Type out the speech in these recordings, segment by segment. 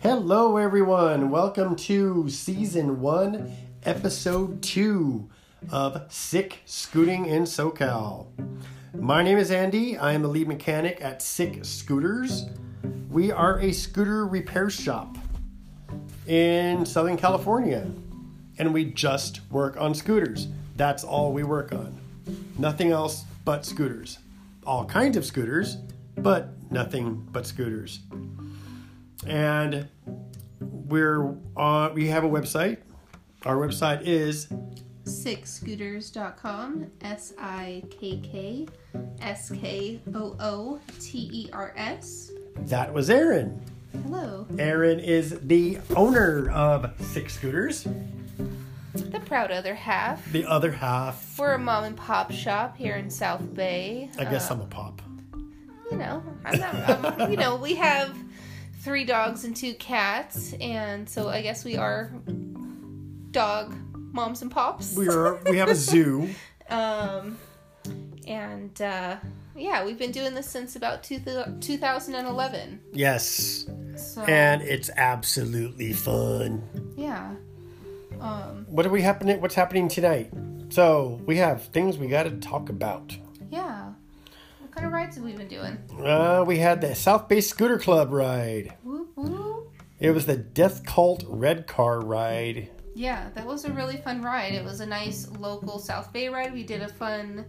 Hello, everyone. Welcome to season one, episode two of Sick Scooting in SoCal. My name is Andy. I am a lead mechanic at Sick Scooters. We are a scooter repair shop in Southern California, and we just work on scooters. That's all we work on. Nothing else but scooters. All kinds of scooters, but nothing but scooters and we're on we have a website our website is sickscooters.com s i k k s k o o t e r s that was aaron hello aaron is the owner of six scooters The proud other half. the other half We're a mom and pop shop here in South Bay. i guess i'm a pop You know, I'm not. I'm, you know, we have three dogs and two cats, and so I guess we are dog moms and pops. we are we have a zoo Um, and uh, yeah, we've been doing this since about two th- 2011. yes So and it's absolutely fun yeah, um, what are we happening what's happening tonight so we have things we got to talk about yeah. What kind of rides have we been doing? uh, we had the south bay scooter club ride Woo woo. It was the Death Cult Red Car ride. Yeah, that was a really fun ride. It was a nice local South Bay ride. We did a fun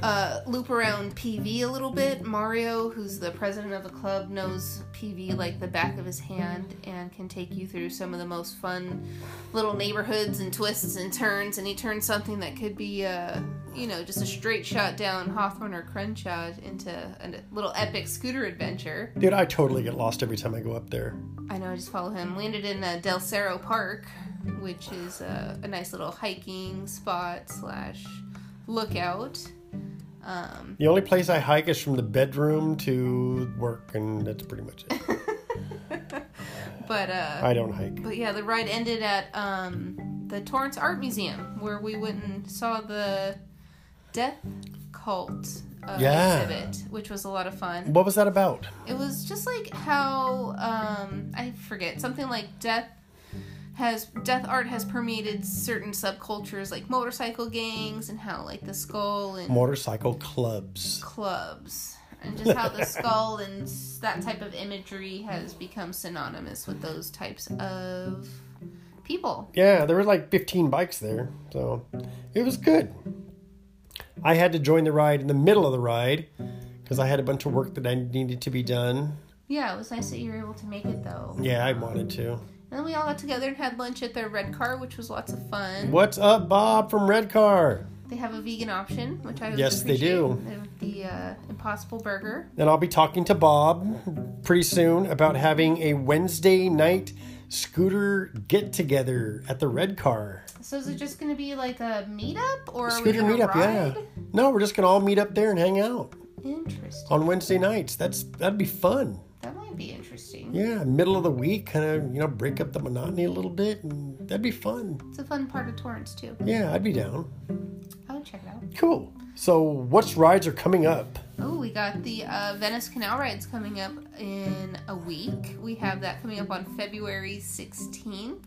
uh, loop around PV a little bit. Mario, who's the president of the club, knows PV like the back of his hand and can take you through some of the most fun little neighborhoods and twists and turns. And he turned something that could be, uh, you know, just a straight shot down Hawthorne or Crenshaw into a little epic scooter adventure. Dude, I totally get lost every time I go up there. I know, I just follow him. Landed in uh, Del Cerro Park, which is uh, a nice little hiking spot slash lookout. Um, The only place I hike is from the bedroom to work, and that's pretty much it. but uh, I don't hike. but yeah, the ride ended at um, the Torrance Art Museum, where we went and saw the Death Cult uh, Yeah. exhibit, which was a lot of fun. What was that about? It was just like how um, I forget something like death has death art has permeated certain subcultures like motorcycle gangs and how like the skull and Motorcycle clubs. clubs and just how the skull and s- that type of imagery has become synonymous with those types of people. Yeah, there were like 15 bikes there, so it was good. I had to join the ride in the middle of the ride because I had a bunch of work that I needed to be done. Yeah, it was nice that you were able to make it though. Yeah, I wanted to. And then we all got together and had lunch at their red car, which was lots of fun. What's up, Bob from Red Car? They have a vegan option, which I always Yes, they appreciate. do. They have The uh, Impossible Burger. And I'll be talking to Bob pretty soon about having a Wednesday night scooter get together at the Red Car. So is it just going to be like a meetup or are we Scooter gonna meetup, ride? yeah. No, we're just gonna all meet up there and hang out Interesting. on Wednesday nights. That's that'd be fun. That might be interesting. Yeah, middle of the week, kind of you know break up the monotony a little bit, and that'd be fun. It's a fun part of Torrance too. Yeah, I'd be down. I would check it out. Cool. So, what's rides are coming up? Oh, we got the uh, Venice Canal rides coming up in a week. We have that coming up on February 16th.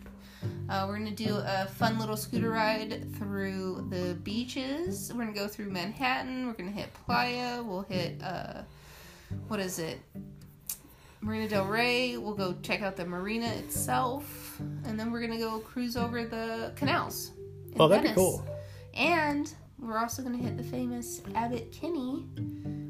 Uh, we're going to do a fun little scooter ride through the beaches. We're going to go through Manhattan. We're going to hit Playa. We'll hit, uh, what is it? Marina Del Rey. We'll go check out the marina itself. And then we're going to go cruise over the canals. in Oh, that'd be Venice. cool. And we're also going to hit the famous Abbot Kinney.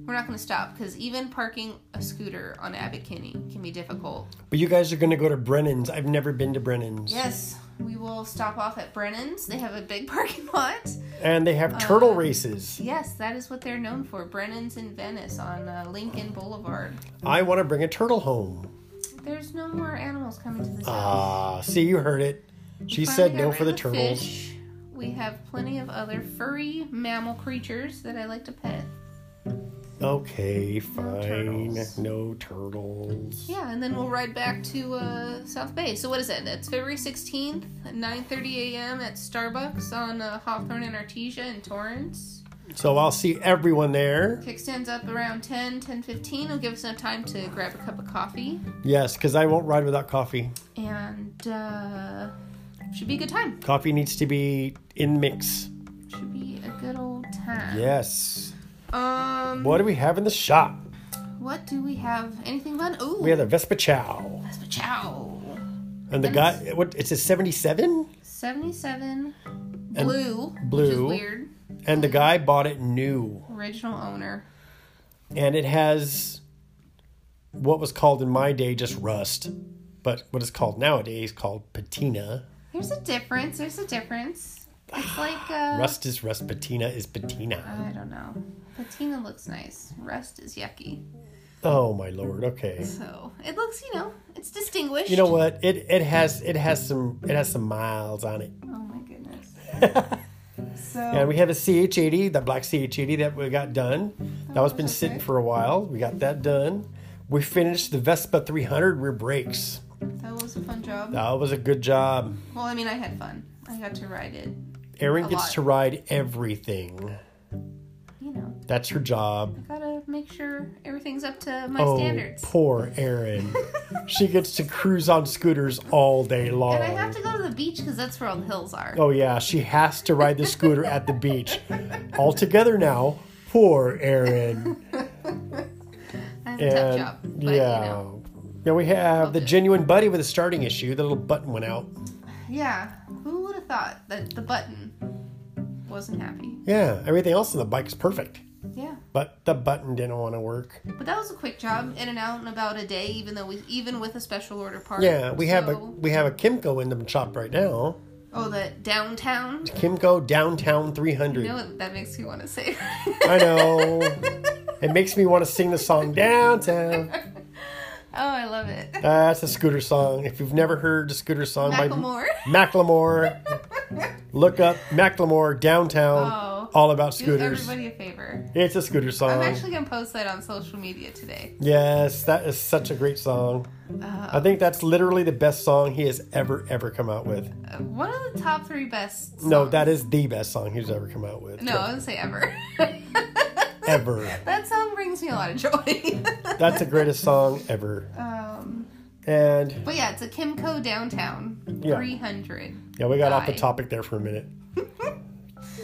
We're not going to stop because even parking a scooter on Abbot Kinney can be difficult. But you guys are gonna go to Brennan's. I've never been to Brennan's. Yes, we will stop off at Brennan's. They have a big parking lot. And they Uh, have turtle races. Yes, that is what they're known for. Brennan's in Venice on uh, Lincoln Boulevard. I want to bring a turtle home. There's no more animals coming to this house. Ah, see, you heard it. She Finally said got no rid for the of turtles. fish. We have plenty of other furry mammal creatures that I like to pet. Okay, fine. No turtles. turtles. Yeah, and then we'll ride back to uh, South Bay. So what is that? That's February 16th, at 9.30 a.m. at Starbucks on uh, Hawthorne and Artesia in Torrance. So I'll see everyone there. Kickstand's up around 10, 10 15. It'll give us enough time to grab a cup of coffee. Yes, because I won't ride without coffee. And uh, should be a good time. Coffee needs to be in mix. Should be a good old time. Yes. Um, What do we have in the shop? what do we have? Anything fun? Ooh, We have the Vespa Chow. that's a chow. And the guy, what, it says 77? 77 blue. Which is blue. weird. And the guy bought it new. Original owner. and it has what was called in my day just rust, but what is called nowadays called patina. There's a difference. There's a difference. It's like uh, Rust is rust, patina is patina. I don't know. Patina looks nice. Rust is yucky. Oh my lord. Okay. So it looks, you know, it's distinguished. You know what? It it has it has some it has some miles on it. Oh my goodness. So And we have a CH80, the black CH80 that we got done. That was been that's sitting right. for a while. We got that done. We finished the Vespa 300 rear brakes. that was a fun job. That was a good job. Well, I mean, I had fun. I got to ride it. Erin A gets lot. to ride everything. You know, That's her job. gotta make sure everything's up to my standards. Oh, Poor Erin. she gets to cruise on scooters all day long. And I have to go to the beach because that's where all the hills are. oh yeah, she has to ride the scooter at the beach. All together now. Poor Erin. I have a tough And job. But, yeah. you know. Yeah, we have the genuine buddy with a starting issue. The little button went out. Yeah. Who would have thought that the button wasn't happy? Yeah, everything else on the bike is perfect, Yeah. but the button didn't want to work. But that was a quick job, in and out in about a day, even though we even with a special order part. Yeah, we have a So- we have a Kimco in the shop right now. Oh that downtown. Kimco Downtown 300. You know what that makes me want to say. I know. It makes me want to sing the song Downtown. oh, I love it. That's a scooter song. If you've never heard a scooter song Macklemore. by Macklemore, look up Macklemore Downtown. Oh. All about Do scooters. everybody a favor. It's a scooter I'm song. actually gonna post that on social media today. yes, that is such a great song. I think that's literally the best song he has ever ever come out with. Uh, one of the top three best. No, songs- that is the best song he's ever come out with. No, I would say ever. Ever. that song brings me a lot of joy. That's the greatest song ever. um, And but yeah, it's a Kimco Downtown Yeah. 300. yeah, we got off the Bye. topic there for a minute.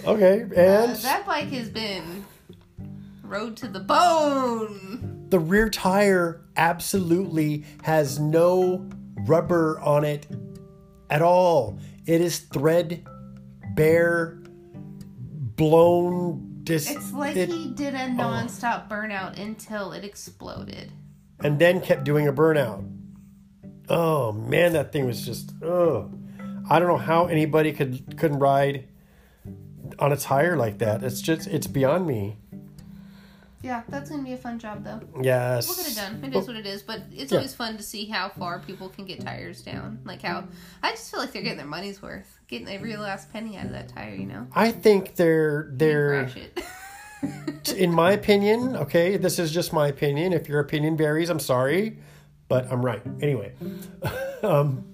Okay, and Uh, that bike has been road to the bone. the rear tire absolutely has no rubber on it at all. It is thread bare, blown. Dis- It's like it- Oh. he did a nonstop burnout until it exploded. and then kept doing a burnout. Oh man, that thing was just. Oh, I don't know how anybody could couldn't ride on a tire like that. It's just it's beyond me. Yeah, that's gonna be a fun job though. Yes. We'll get it done. It is what it is, but it's Yeah. always fun to see how far people can get tires down. Like how I just feel like they're getting their money's worth, getting every last penny out of that tire. You know, I think they're they're. crash it. in my opinion, okay, this is just my opinion. If your opinion varies, I'm sorry, but I'm right. Anyway, um,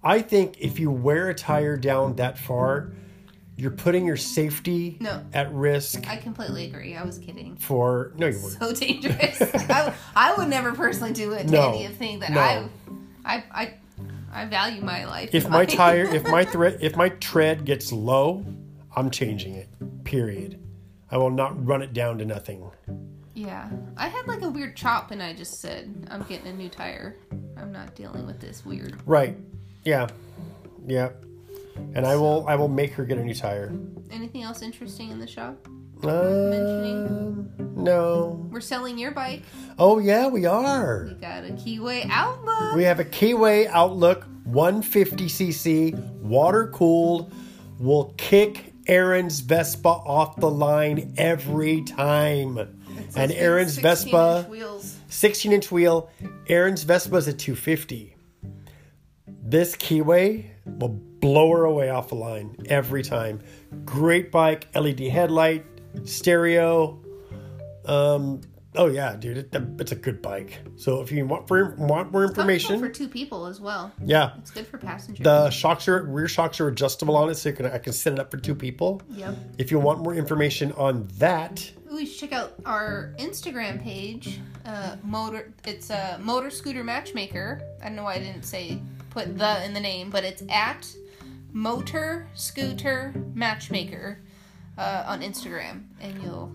I think if you wear a tire down that far, you're putting your safety No. at risk I completely agree. I was kidding. for no, you weren't. So dangerous. I, I would never personally do it to No. any of thing that No. I, I, I, I value my life. If and my mine. tire, if my thread, if my tread gets low, I'm changing it. Period. I will not run it down to nothing. Yeah, I had like a weird chop, and I just said, "I'm getting a new tire. I'm not dealing with this weird." Right. Yeah. Yeah. And I will. I will make her get a new tire. Anything else interesting in the shop? Um, no. We're selling your bike. Oh yeah, we We are. got a Keyway Outlook. We have a Keyway Outlook 150cc, water cooled. Will kick Aaron's Vespa off the line every time. And Aaron's 16 Vespa, inch wheels. 16 inch wheel. Aaron's Vespa is a 250. This Keyway will blow her away off the line every time. E Great bike, LED headlight, stereo. Um, Oh yeah, dude, it, it's a good bike. So if you want for want more information, Comfortable for two people as well. yeah, It's good for passengers. the shocks are rear shocks are adjustable on it, so you can I can set it up for two people. yep. If you want more information on that, Ooh, you should check out our Instagram page. Uh, motor, it's a uh, motor scooter matchmaker. I don't know why I didn't say put the in the name, but it's at motor scooter matchmaker uh, on Instagram, and you'll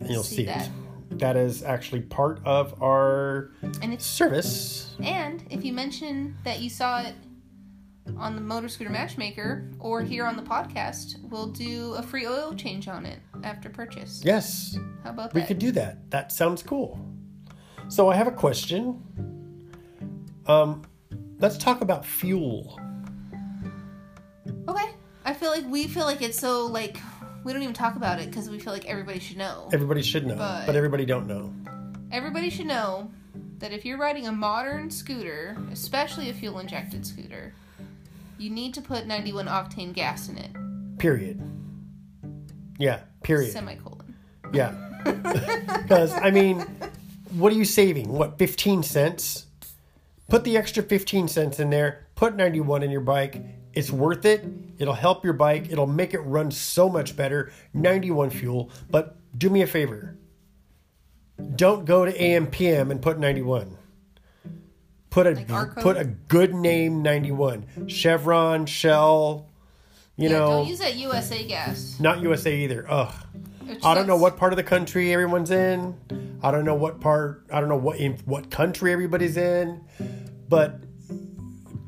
and you'll see, See it. that. That is actually part of our and it's service. and if you mention that you saw it on the motor scooter matchmaker or here on the podcast, we'll do a free oil change on it after purchase. Yes, How about we that? could do that. That sounds cool. So I have a question. Um, let's talk about fuel. Okay. I feel like we feel like it's so like we don't even talk about it because we feel like everybody should know. Everybody should know, But- but everybody don't know. Everybody should know that if you're riding a modern scooter, especially a fuel injected scooter, you need to put 91 octane gas in it. Period. Yeah, period. Semicolon. Yeah. Because, I mean, what are you saving? What, 15 cents? Put the extra 15 cents in there, put 91 in your bike. It's worth it. It'll help your bike, it'll make it run so much better. 91 fuel. But do me a favor don't go to AMPM and put 91. Put a our code? put a good name 91. Chevron, Shell, you yeah, know, don't use that USA gas. not USA either. Ugh. It's I don't just- know what part of the country everyone's in. I don't know what part. I don't know what in what country everybody's in. But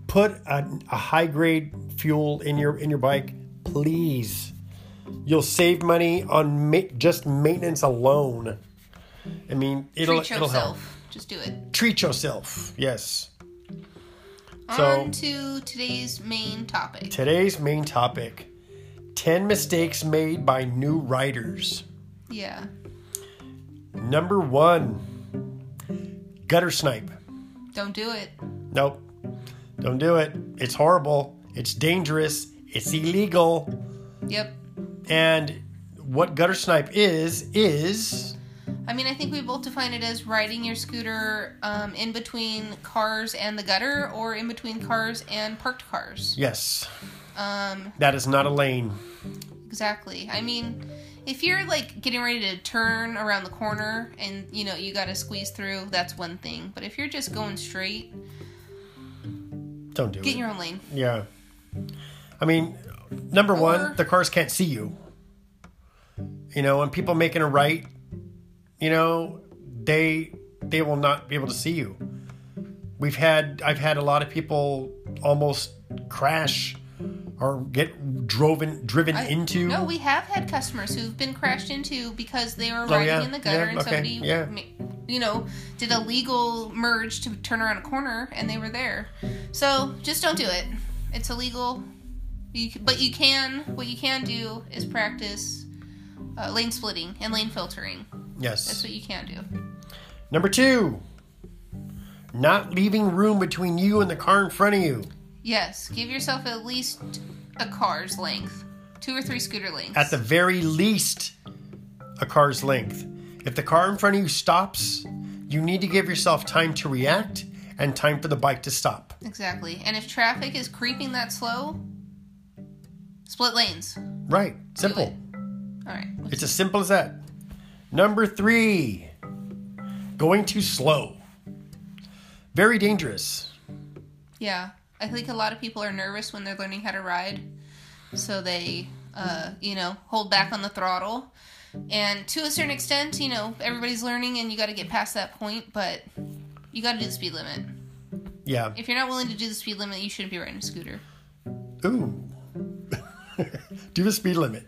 put a, a high grade fuel in your in your bike, please. You'll save money on ma- just maintenance alone. I mean, it'll Treat it'll help. yourself. Just do it. Treat yourself. Yes. So- On to today's main topic. Today's main topic: ten mistakes made by new riders. Yeah. Number one, gutter snipe. Don't do it. Nope. Don't do it. It's horrible. It's dangerous. It's illegal. Yep. And what gutter snipe is, is. I mean, I think we both define it as riding your scooter um, in between cars and the gutter, or in between cars and parked cars. Yes, Um, that is not a lane. exactly. I mean, if you're like getting ready to turn around the corner and you know you got to squeeze through, that's one thing. But if you're just going straight, Don't do get it. in your own lane. yeah. I mean, number Or- one, the cars can't see you. You know, when people making a right, you know, they they will not be able to see you. We've had I've had a lot of people almost crash or get driven driven I- into. No, we have had customers who've been crashed into because they were Oh, riding yeah, in the gutter yeah, and okay, somebody, yeah. ma- you know, did a legal merge to turn around a corner and they were there. So just don't do it. It's illegal. You, c- but you can. What you can do is practice uh, lane splitting and lane filtering. Yes. That's what you can do. Number two, not leaving room between you and the car in front of you Yes, give yourself at least a car's length, two or three scooter lengths. at the very least a car's length. If the car in front of you stops, you need to give yourself time to react and time for the bike to stop. exactly. And if traffic is creeping that slow, split lanes. Right, simple. it. All right. It's as simple as that. Number three, going too slow. Very dangerous. Yeah. I think a lot of people are nervous when they're learning how to ride. So they, uh, you know, hold back on the throttle. And to a certain extent, you know, everybody's learning and you got to get past that point, but you got to do the speed limit. Yeah. If you're not willing to do the speed limit, you shouldn't be riding a scooter. ooh, do the speed limit.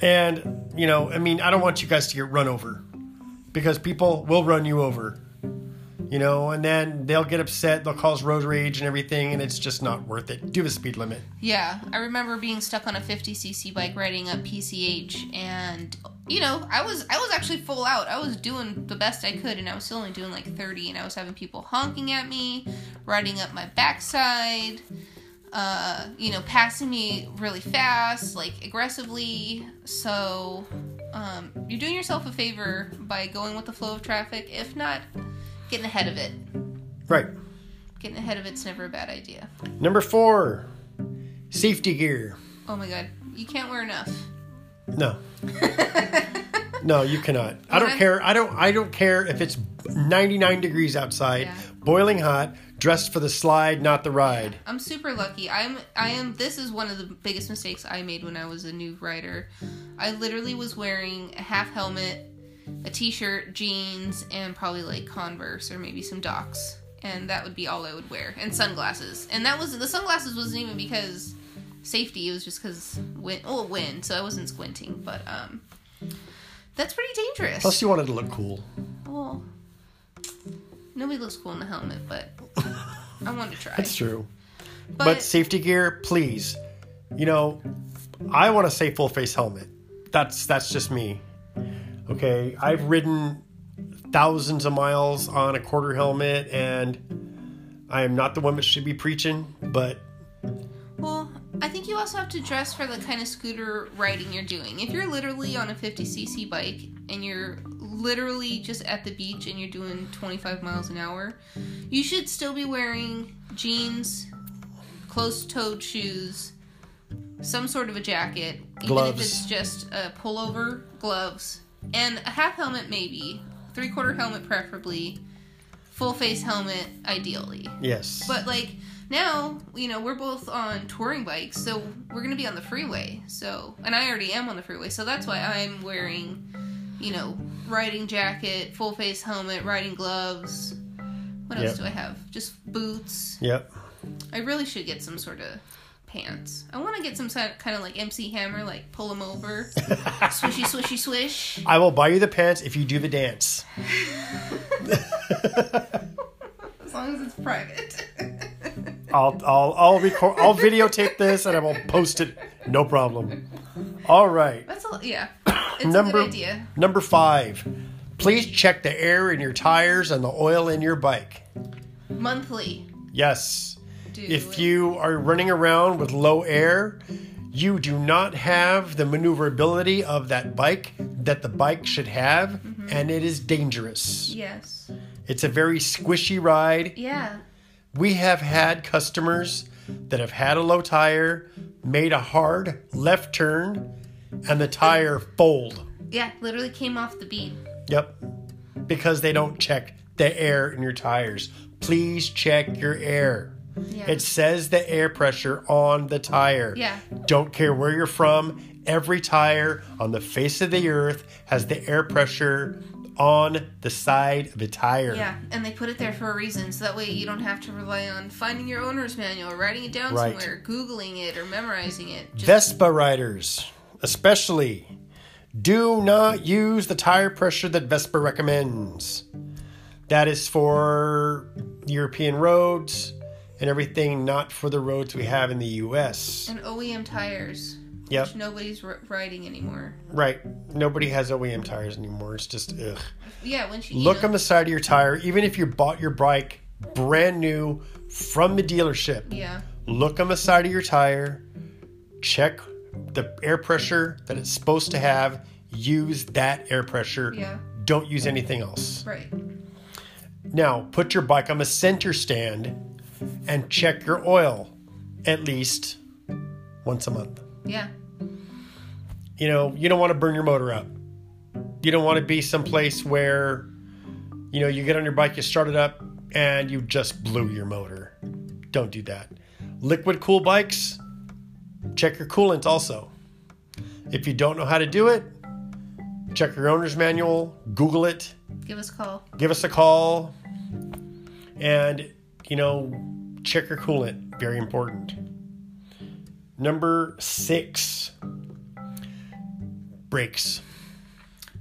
And, you know, I mean, I don't want you guys to get run over because people will run you over, you know, and then they'll get upset, they'll cause road rage and everything, and it's just not worth it. Do the speed limit. Yeah, I remember being stuck on a 50cc bike riding up PCH and you know, I was I was actually full out. I was doing the best I could and I was still only doing like 30 and I was having people honking at me, riding up my backside, uh, you know, passing me really fast, like aggressively. So um, you're doing yourself a favor by going with the flow of traffic. If not, getting ahead of it. Right. Getting ahead of it's never a bad idea. Number four, safety gear. Oh my god, you can't wear enough. No. No, you cannot. I don't Okay. care. I don't. I don't care if it's 99 degrees outside, Yeah. boiling hot. Dressed for the slide, not the ride. I'm super lucky. I'm I am this is one of the biggest mistakes I made when I was a new rider. I literally was wearing a half helmet, a t-shirt, jeans, and probably like Converse or maybe some Docs. And that would be all I would wear. And sunglasses. And that was the sunglasses wasn't even because safety, it was just cuz wind, oh, wind, so I wasn't squinting, but um that's pretty dangerous. Plus, you wanted to look cool. well, nobody looks cool in a helmet, but I wanted to try. That's true. But, safety gear, please. You know, I want to say full face helmet. That's that's just me. Okay, I've ridden thousands of miles on a quarter helmet, and I am not the one that should be preaching. But Well, I think you also have to dress for the kind of scooter riding you're doing. If you're literally on a 50cc bike and you're literally just at the beach and you're doing 25 miles an hour, you should still be wearing jeans, closed toed shoes, some sort of a jacket, even Gloves. if it's just a pullover, gloves, and a half helmet, maybe, three quarter helmet, preferably, full face helmet, ideally. yes, But like now, you know, we're both on touring bikes, so we're gonna be on the freeway. So, and I already am on the freeway, so that's why I'm wearing, you know, riding jacket, full face helmet, riding gloves. What Yep. else do I have? Just boots. yep, I really should get some sort of pants. I want to get some kind of like MC Hammer, like pull them over, swishy, swishy, swish. I will buy you the pants if you do the dance. As long as it's private. I'll I'll I'll record. I'll videotape this and I will post it. No problem. All right. That's a yeah. It's Number- a good idea. Number five, please check the air in your tires and the oil in your bike. Monthly. Yes. Do If it. you are running around with low air, you do not have the maneuverability of that bike that the bike should have, and it is dangerous. Yes. It's a very squishy ride. Yeah. We have had customers that have had a low tire, made a hard left turn, and the tire fold. Yeah, literally came off the beat. Yep. Because they don't check the air in your tires. Please check your air. Yeah. It says the air pressure on the tire. Yeah. Don't care where you're from, every tire on the face of the earth has the air pressure on the side of the tire. yeah, and they put it there for a reason, so that way you don't have to rely on finding your owner's manual, writing it down Right. somewhere, googling it, or memorizing it. Just Vespa riders, especially, do not use the tire pressure that Vespa recommends. That is for European roads and everything, not for the roads we have in the US. and OEM E tires, Yep, which nobody's r- riding anymore. right. Nobody has OEM tires anymore. It's just ugh. Yeah, once you, you Look know, on the side of your tire, even if you bought your bike brand new from the dealership. yeah, look on the side of your tire, check the air pressure that it's supposed to have, use that air pressure. Yeah. Don't use anything else. right. Now, put your bike on the center stand and check your oil at least once a month. Yeah, You know, you don't want to burn your motor up. You don't want to be someplace where, you know, you get on your bike, you start it up, and you just blew your motor. Don't do that. Liquid cool bikes, check your coolant also. If you don't know how to do it, check your owner's manual, Google it, give us a call. give us a call, and, you know, check your coolant. Very important. Number six, brakes.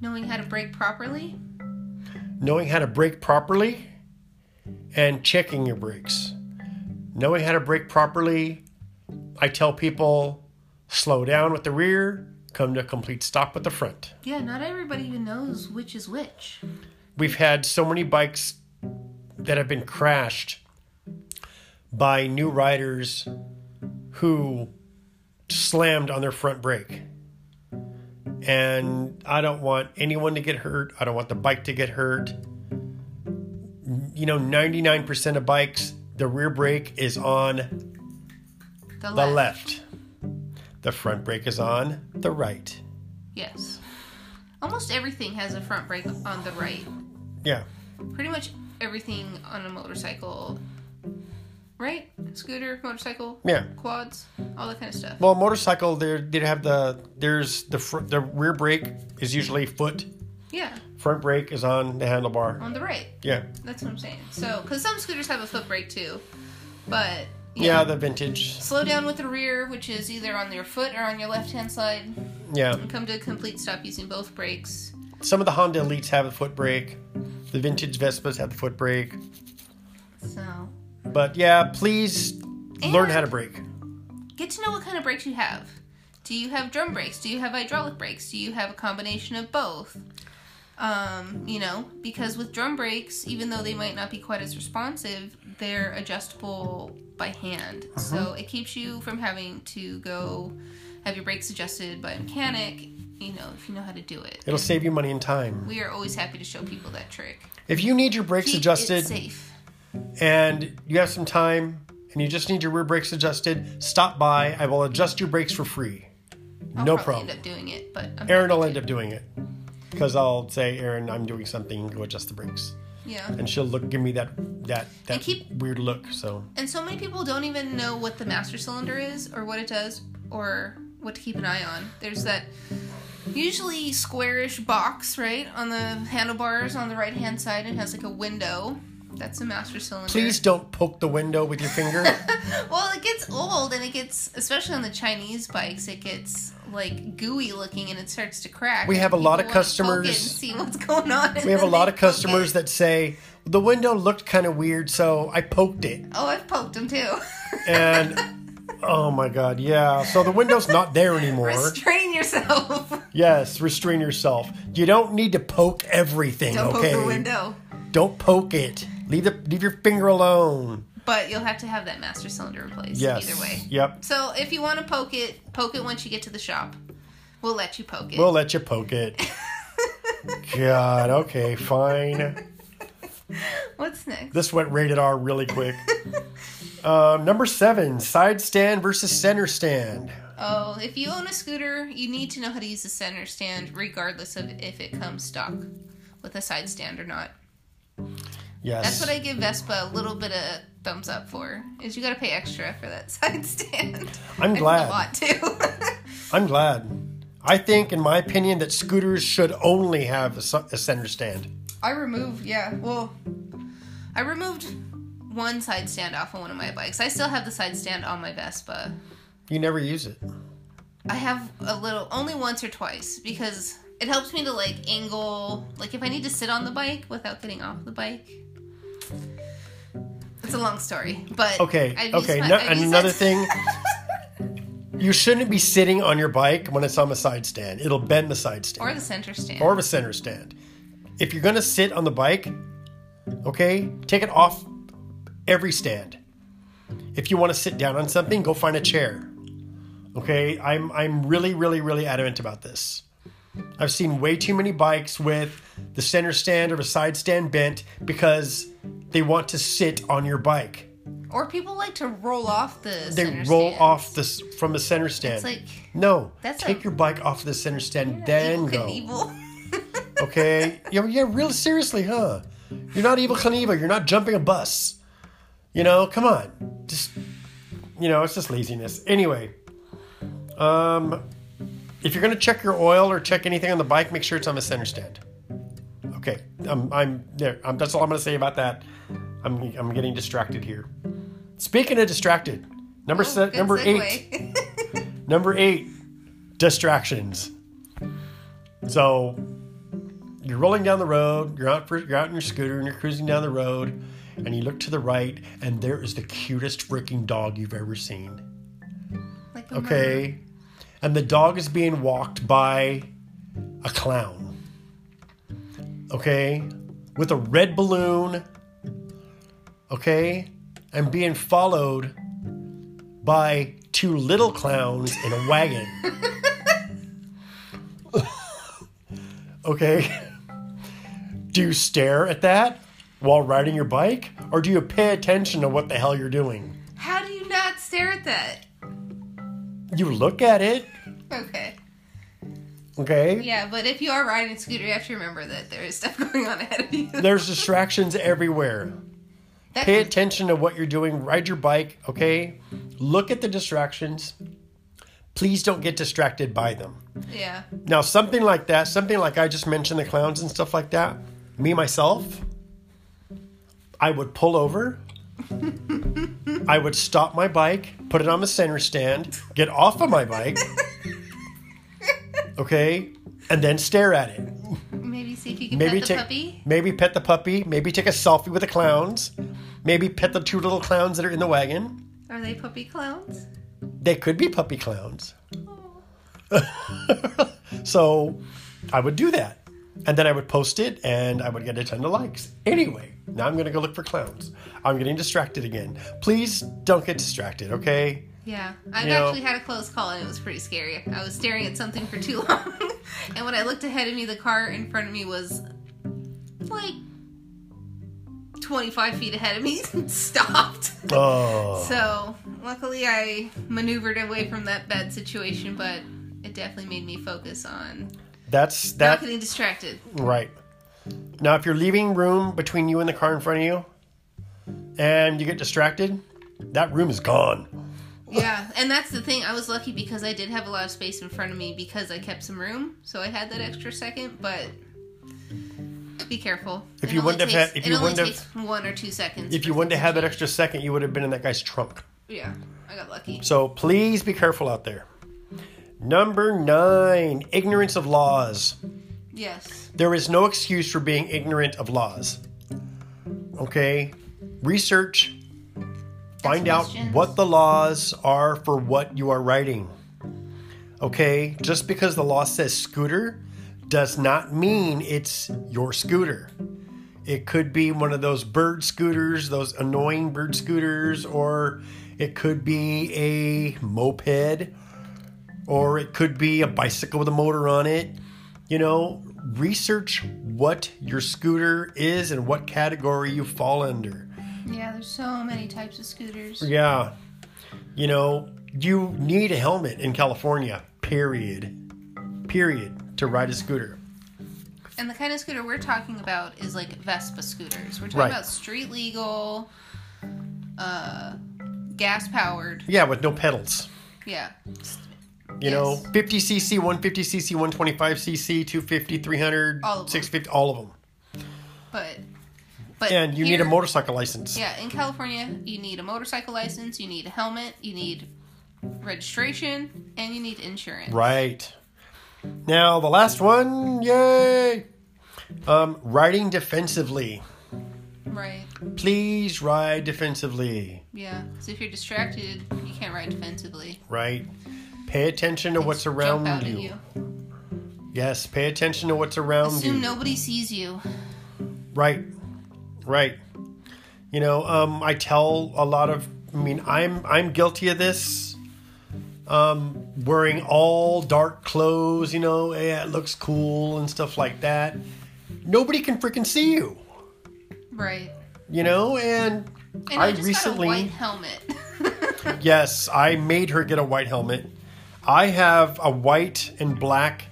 Knowing how to brake properly. knowing how to brake properly and checking your brakes. Knowing how to brake properly, I tell people slow down with the rear, come to a complete stop with the front. Yeah, not everybody even knows which is which. We've had so many bikes that have been crashed by new riders who slammed on their front brake. And I don't want anyone to get hurt. I don't want the bike to get hurt. You know, 99% of bikes, the rear brake is on The, the left, the front brake is on the right. Yes. Almost everything has a front brake on the right. Yeah. Pretty much everything on a motorcycle, right? Scooter, motorcycle, Yeah. quads, all that kind of stuff. Well, motorcycle, there did have the there's the fr- the rear brake is usually foot, Yeah, front brake is on the handlebar. on the right. Yeah, That's what I'm saying. So, because some scooters have a foot brake too, but yeah, the vintage. slow down with the rear, which is either on your foot or on your left hand side, Yeah, and come to a complete stop using both brakes. some of the Honda Elites have a foot brake. The vintage Vespas have the foot brake. So, But yeah, please learn how to brake. get to know what kind of brakes you have. Do you have drum brakes? Do you have hydraulic brakes? Do you have a combination of both? Um, you know, because with drum brakes, even though they might not be quite as responsive, they're adjustable by hand. Uh-huh. So it keeps you from having to go have your brakes adjusted by a mechanic, you know, if you know how to do it. It'll save you money and time. We are always happy to show people that trick. If you need your brakes Keep it adjusted safe. and you have some time and you just need your rear brakes adjusted, stop by. I will adjust your brakes for free. I'll no probably problem. End up doing it, but I'm Aaron happy will to. end up doing it because I'll say, Aaron, I'm doing something. Go adjust the brakes, Yeah. and she'll look, give me that that that keep- weird look. So And so many people don't even know what the master cylinder is or what it does or what to keep an eye on. There's that usually squarish box, right, on the handlebars on the right hand side and has like a window. That's the master cylinder. please don't poke the window with your finger. Well, it gets old and it gets, especially on the Chinese bikes, it gets like gooey looking and it starts to crack. We and have a lot of people wanna poke it customers- and see what's going on. and we have a then lot they of poke it. customers that say the window looked kind of weird, so I poked it, Oh, I've poked them too. and oh my god, yeah. So the window's not there anymore. Restrain yourself. yes, restrain yourself. You don't need to poke everything. Don't okay, poke the window. don't poke it. Leave the leave your finger alone. But you'll have to have that master cylinder replaced Yes. either way. Yep. So if you want to poke it, poke it once you get to the shop. We'll let you poke it. We'll let you poke it. God, okay, fine. What's next? This went rated R really quick. Um, number seven, side stand versus center stand. Oh, if you own a scooter, you need to know how to use the center stand, regardless of if it comes stock with a side stand or not. Yes. That's what I give Vespa a little bit of thumbs up for. Is you got to pay extra for that side stand. I'm It's glad. A lot too. I'm glad. I think, in my opinion, that scooters should only have a, su- a center stand. I removed, yeah. Well, I removed one side stand off on one of my bikes. I still have the side stand on my Vespa. You never use it. I have a little, only once or twice, because it helps me to like angle, like if I need to sit on the bike without getting off the bike. It's a long story, but Okay, I've used okay. my- no- I've used another that- thing, you shouldn't be sitting on your bike when it's on the side stand. It'll bend the side stand. or the center stand. or of a center stand. If you're gonna sit on the bike, okay, take it off every stand. If you want to sit down on something, go find a chair. Okay, I'm I'm really really really adamant about this. I've seen way too many bikes with the center stand or a side stand bent because they want to sit on your bike. or people like to roll off the. They center roll stand. off this from the center stand. It's like no, That's take a- your bike off the center stand, then go. evil Knievel. Okay. yeah, yeah, real seriously, huh? You're not evil Knievel. You're not jumping a bus. You know, come on. Just, you know, it's just laziness. Anyway, um, if you're gonna check your oil or check anything on the bike, make sure it's on the center stand. Okay, I'm, I'm there. I'm, that's all I'm gonna say about that. I'm, I'm getting distracted here. Speaking of distracted, number Oh, se- good number eight. segue. Number eight, distractions. So you're rolling down the road, you're out for, you're out in your scooter and you're cruising down the road, and you look to the right, and there is the cutest freaking dog you've ever seen. Like a mermaid. Okay. And the dog is being walked by a clown. Okay? With a red balloon. Okay? And being followed by two little clowns in a wagon. Okay. do you stare at that while riding your bike, or do you pay attention to what the hell you're doing? How do you not stare at that? You look at it, Okay. okay? Yeah, but if you are riding a scooter, you have to remember that there is stuff going on ahead of you. There's distractions everywhere. That- Pay attention to what you're doing. Ride your bike, okay? Look at the distractions. Please don't get distracted by them. yeah. Now, something like that, something like I just mentioned the clowns and stuff like that, me myself, I would pull over. I would stop my bike, put it on the center stand, get off of my bike, okay, and then stare at it. Maybe see if you can Maybe pet the take, puppy. maybe pet the puppy. Maybe take a selfie with the clowns. Maybe pet the two little clowns that are in the wagon. Are they puppy clowns? They could be puppy clowns. so I would do that. And then I would post it and I would get a ton of likes. Anyway, now I'm going to go look for clowns. I'm getting distracted again. Please don't get distracted, okay? Yeah. I've You know- actually had a close call and it was pretty scary. I was staring at something for too long. and when I looked ahead of me, the car in front of me was like 25 feet ahead of me and stopped. Oh. So, luckily, I maneuvered away from that bad situation, but it definitely made me focus on That's not that getting distracted. right. Now if you're leaving room between you and the car in front of you and you get distracted, that room is gone. Yeah, and that's the thing. I was lucky because I did have a lot of space in front of me because I kept some room, so I had that extra second. But be careful. If It you only wouldn't have takes- had- if it you only wouldn't have- takes one or two seconds. If you for wouldn't have had that things extra second, you would have been in that guy's trunk. to change. yeah, I got lucky. So please be careful out there. Number nine, ignorance of laws. Yes, There is no excuse for being ignorant of laws. Okay? Research. Find out questions. what the laws are for what you are writing. Okay? Just because the law says scooter does not mean it's your scooter. It could be one of those bird scooters, those annoying bird scooters, or it could be a moped, or it could be a bicycle with a motor on it. You know, research what your scooter is and what category you fall under. yeah. There's so many types of scooters. Yeah. You know, you need a helmet in California, period. Period. To ride a scooter. And the kind of scooter we're talking about is like Vespa scooters. We're talking Right. about street legal, uh, gas powered. Yeah, with no pedals. Yeah. You know, Yes. 50 cc, 150 cc, 125 cc, 250, 300, All of 'em. 650, all of them. But but And you need a here- motorcycle license. Yeah, in California, you need a motorcycle license, you need a helmet, you need registration, and you need insurance. Right. Now, the last one, yay! Um, riding defensively. Right. Please ride defensively, Yeah. So if you're distracted, you can't ride defensively. right? Pay attention to what's Jump around out at you. Yes, pay attention to what's around Assume you. nobody sees you. Right. Right. You know, um, I tell a lot of I mean, I'm I'm guilty of this. Um, wearing all dark clothes, you know, yeah, it looks cool and stuff like that. Nobody can freaking see you, Right. you know, and, And I, I just recently got a white helmet. Yes, I made her get a white helmet. I have a white and black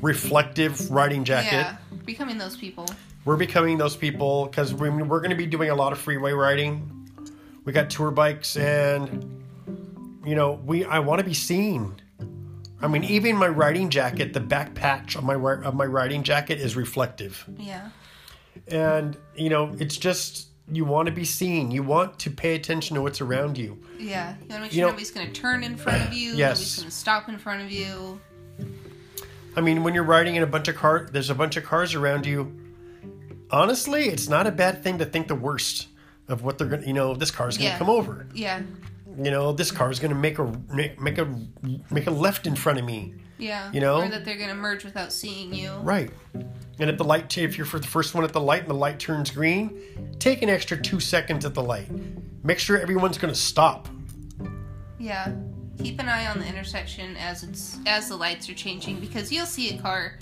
reflective riding jacket. yeah. Becoming those people. We're becoming those people because we, we're going to be doing a lot of freeway riding. We got tour bikes, and you know, we I want to be seen. I mean, even my riding jacket, the back patch of my ri- of my riding jacket is reflective, Yeah. and you know, it's just you want to be seen. You want to pay attention to what's around you. Yeah. You want to make sure You know- nobody's going to turn in front of you, Yes. nobody's going to stop in front of you. I mean, when you're riding in a bunch of car, there's a bunch of cars around you. Honestly, it's not a bad thing to think the worst of what they're gonna. You know, this car's gonna Yeah. come over. Yeah. You know, this car's gonna make a make, make a make a left in front of me. Yeah. You know? Or that they're going to merge without seeing you. Right. And if the light, t- if you're for the first one at the light and the light turns green, take an extra two seconds at the light. Make sure everyone's gonna stop. Yeah. keep an eye on the intersection as it's as the lights are changing because you'll see a car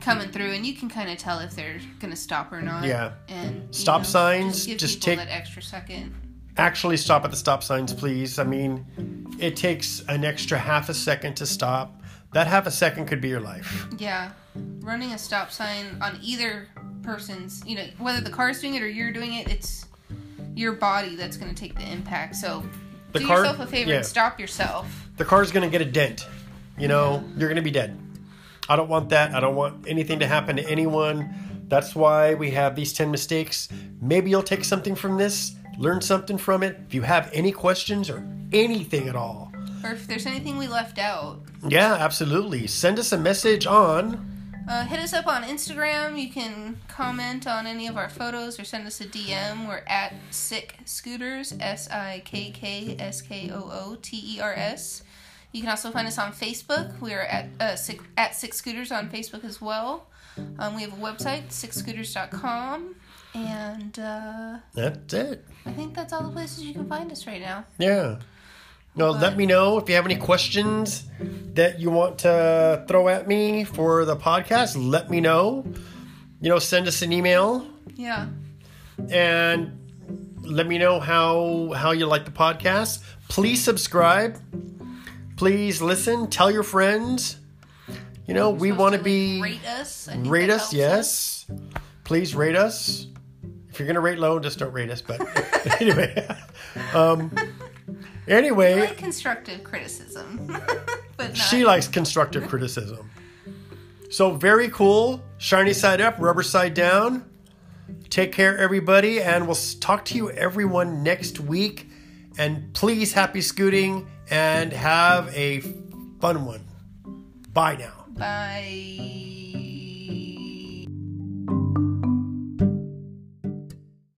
coming through and you can kind of tell if they're gonna stop or not. Yeah. And you Stop know, signs, Just, give just people take- that extra second. Actually, stop at the stop signs, please. I mean, it takes an extra half a second to stop. That half a second could be your life. Yeah. Running a stop sign on either person's, you know, whether the car's doing it or you're doing it, it's your body that's going to take the impact. So The do car- yourself a favor yeah. and stop yourself. The car's going to get a dent. You know, you're going to be dead. I don't want that. I don't want anything to happen to anyone. That's why we have these 10 mistakes. Maybe you'll take something from this, learn something from it. If you have any questions or anything at all, Or if there's anything we left out, yeah, absolutely. Send us a message on. uh, hit us up on Instagram. You can comment on any of our photos or send us a DM. We're at Sick Scooters, S I K K S K O O T E R S. You can also find us on Facebook. We are at uh, sick, at Sick Scooters on Facebook as well. Um, we have a website, sickscooters.com. And uh, That's it. I think that's all the places you can find us right now. Yeah. Well, let me know if you have any questions that you want to throw at me for the podcast. Let me know. You know, send us an email Yeah. and let me know how how you like the podcast. Please subscribe. Please listen. Tell your friends. You know, we Supposed want to like, be Rate us. I think rate that us helps yes please rate us if you're gonna rate low just don't rate us but anyway um I anyway like constructive criticism. but not. she likes constructive criticism so very cool shiny side up rubber side down take care everybody and we'll s- talk to you everyone next week and please happy scooting and have a fun one bye now Bye.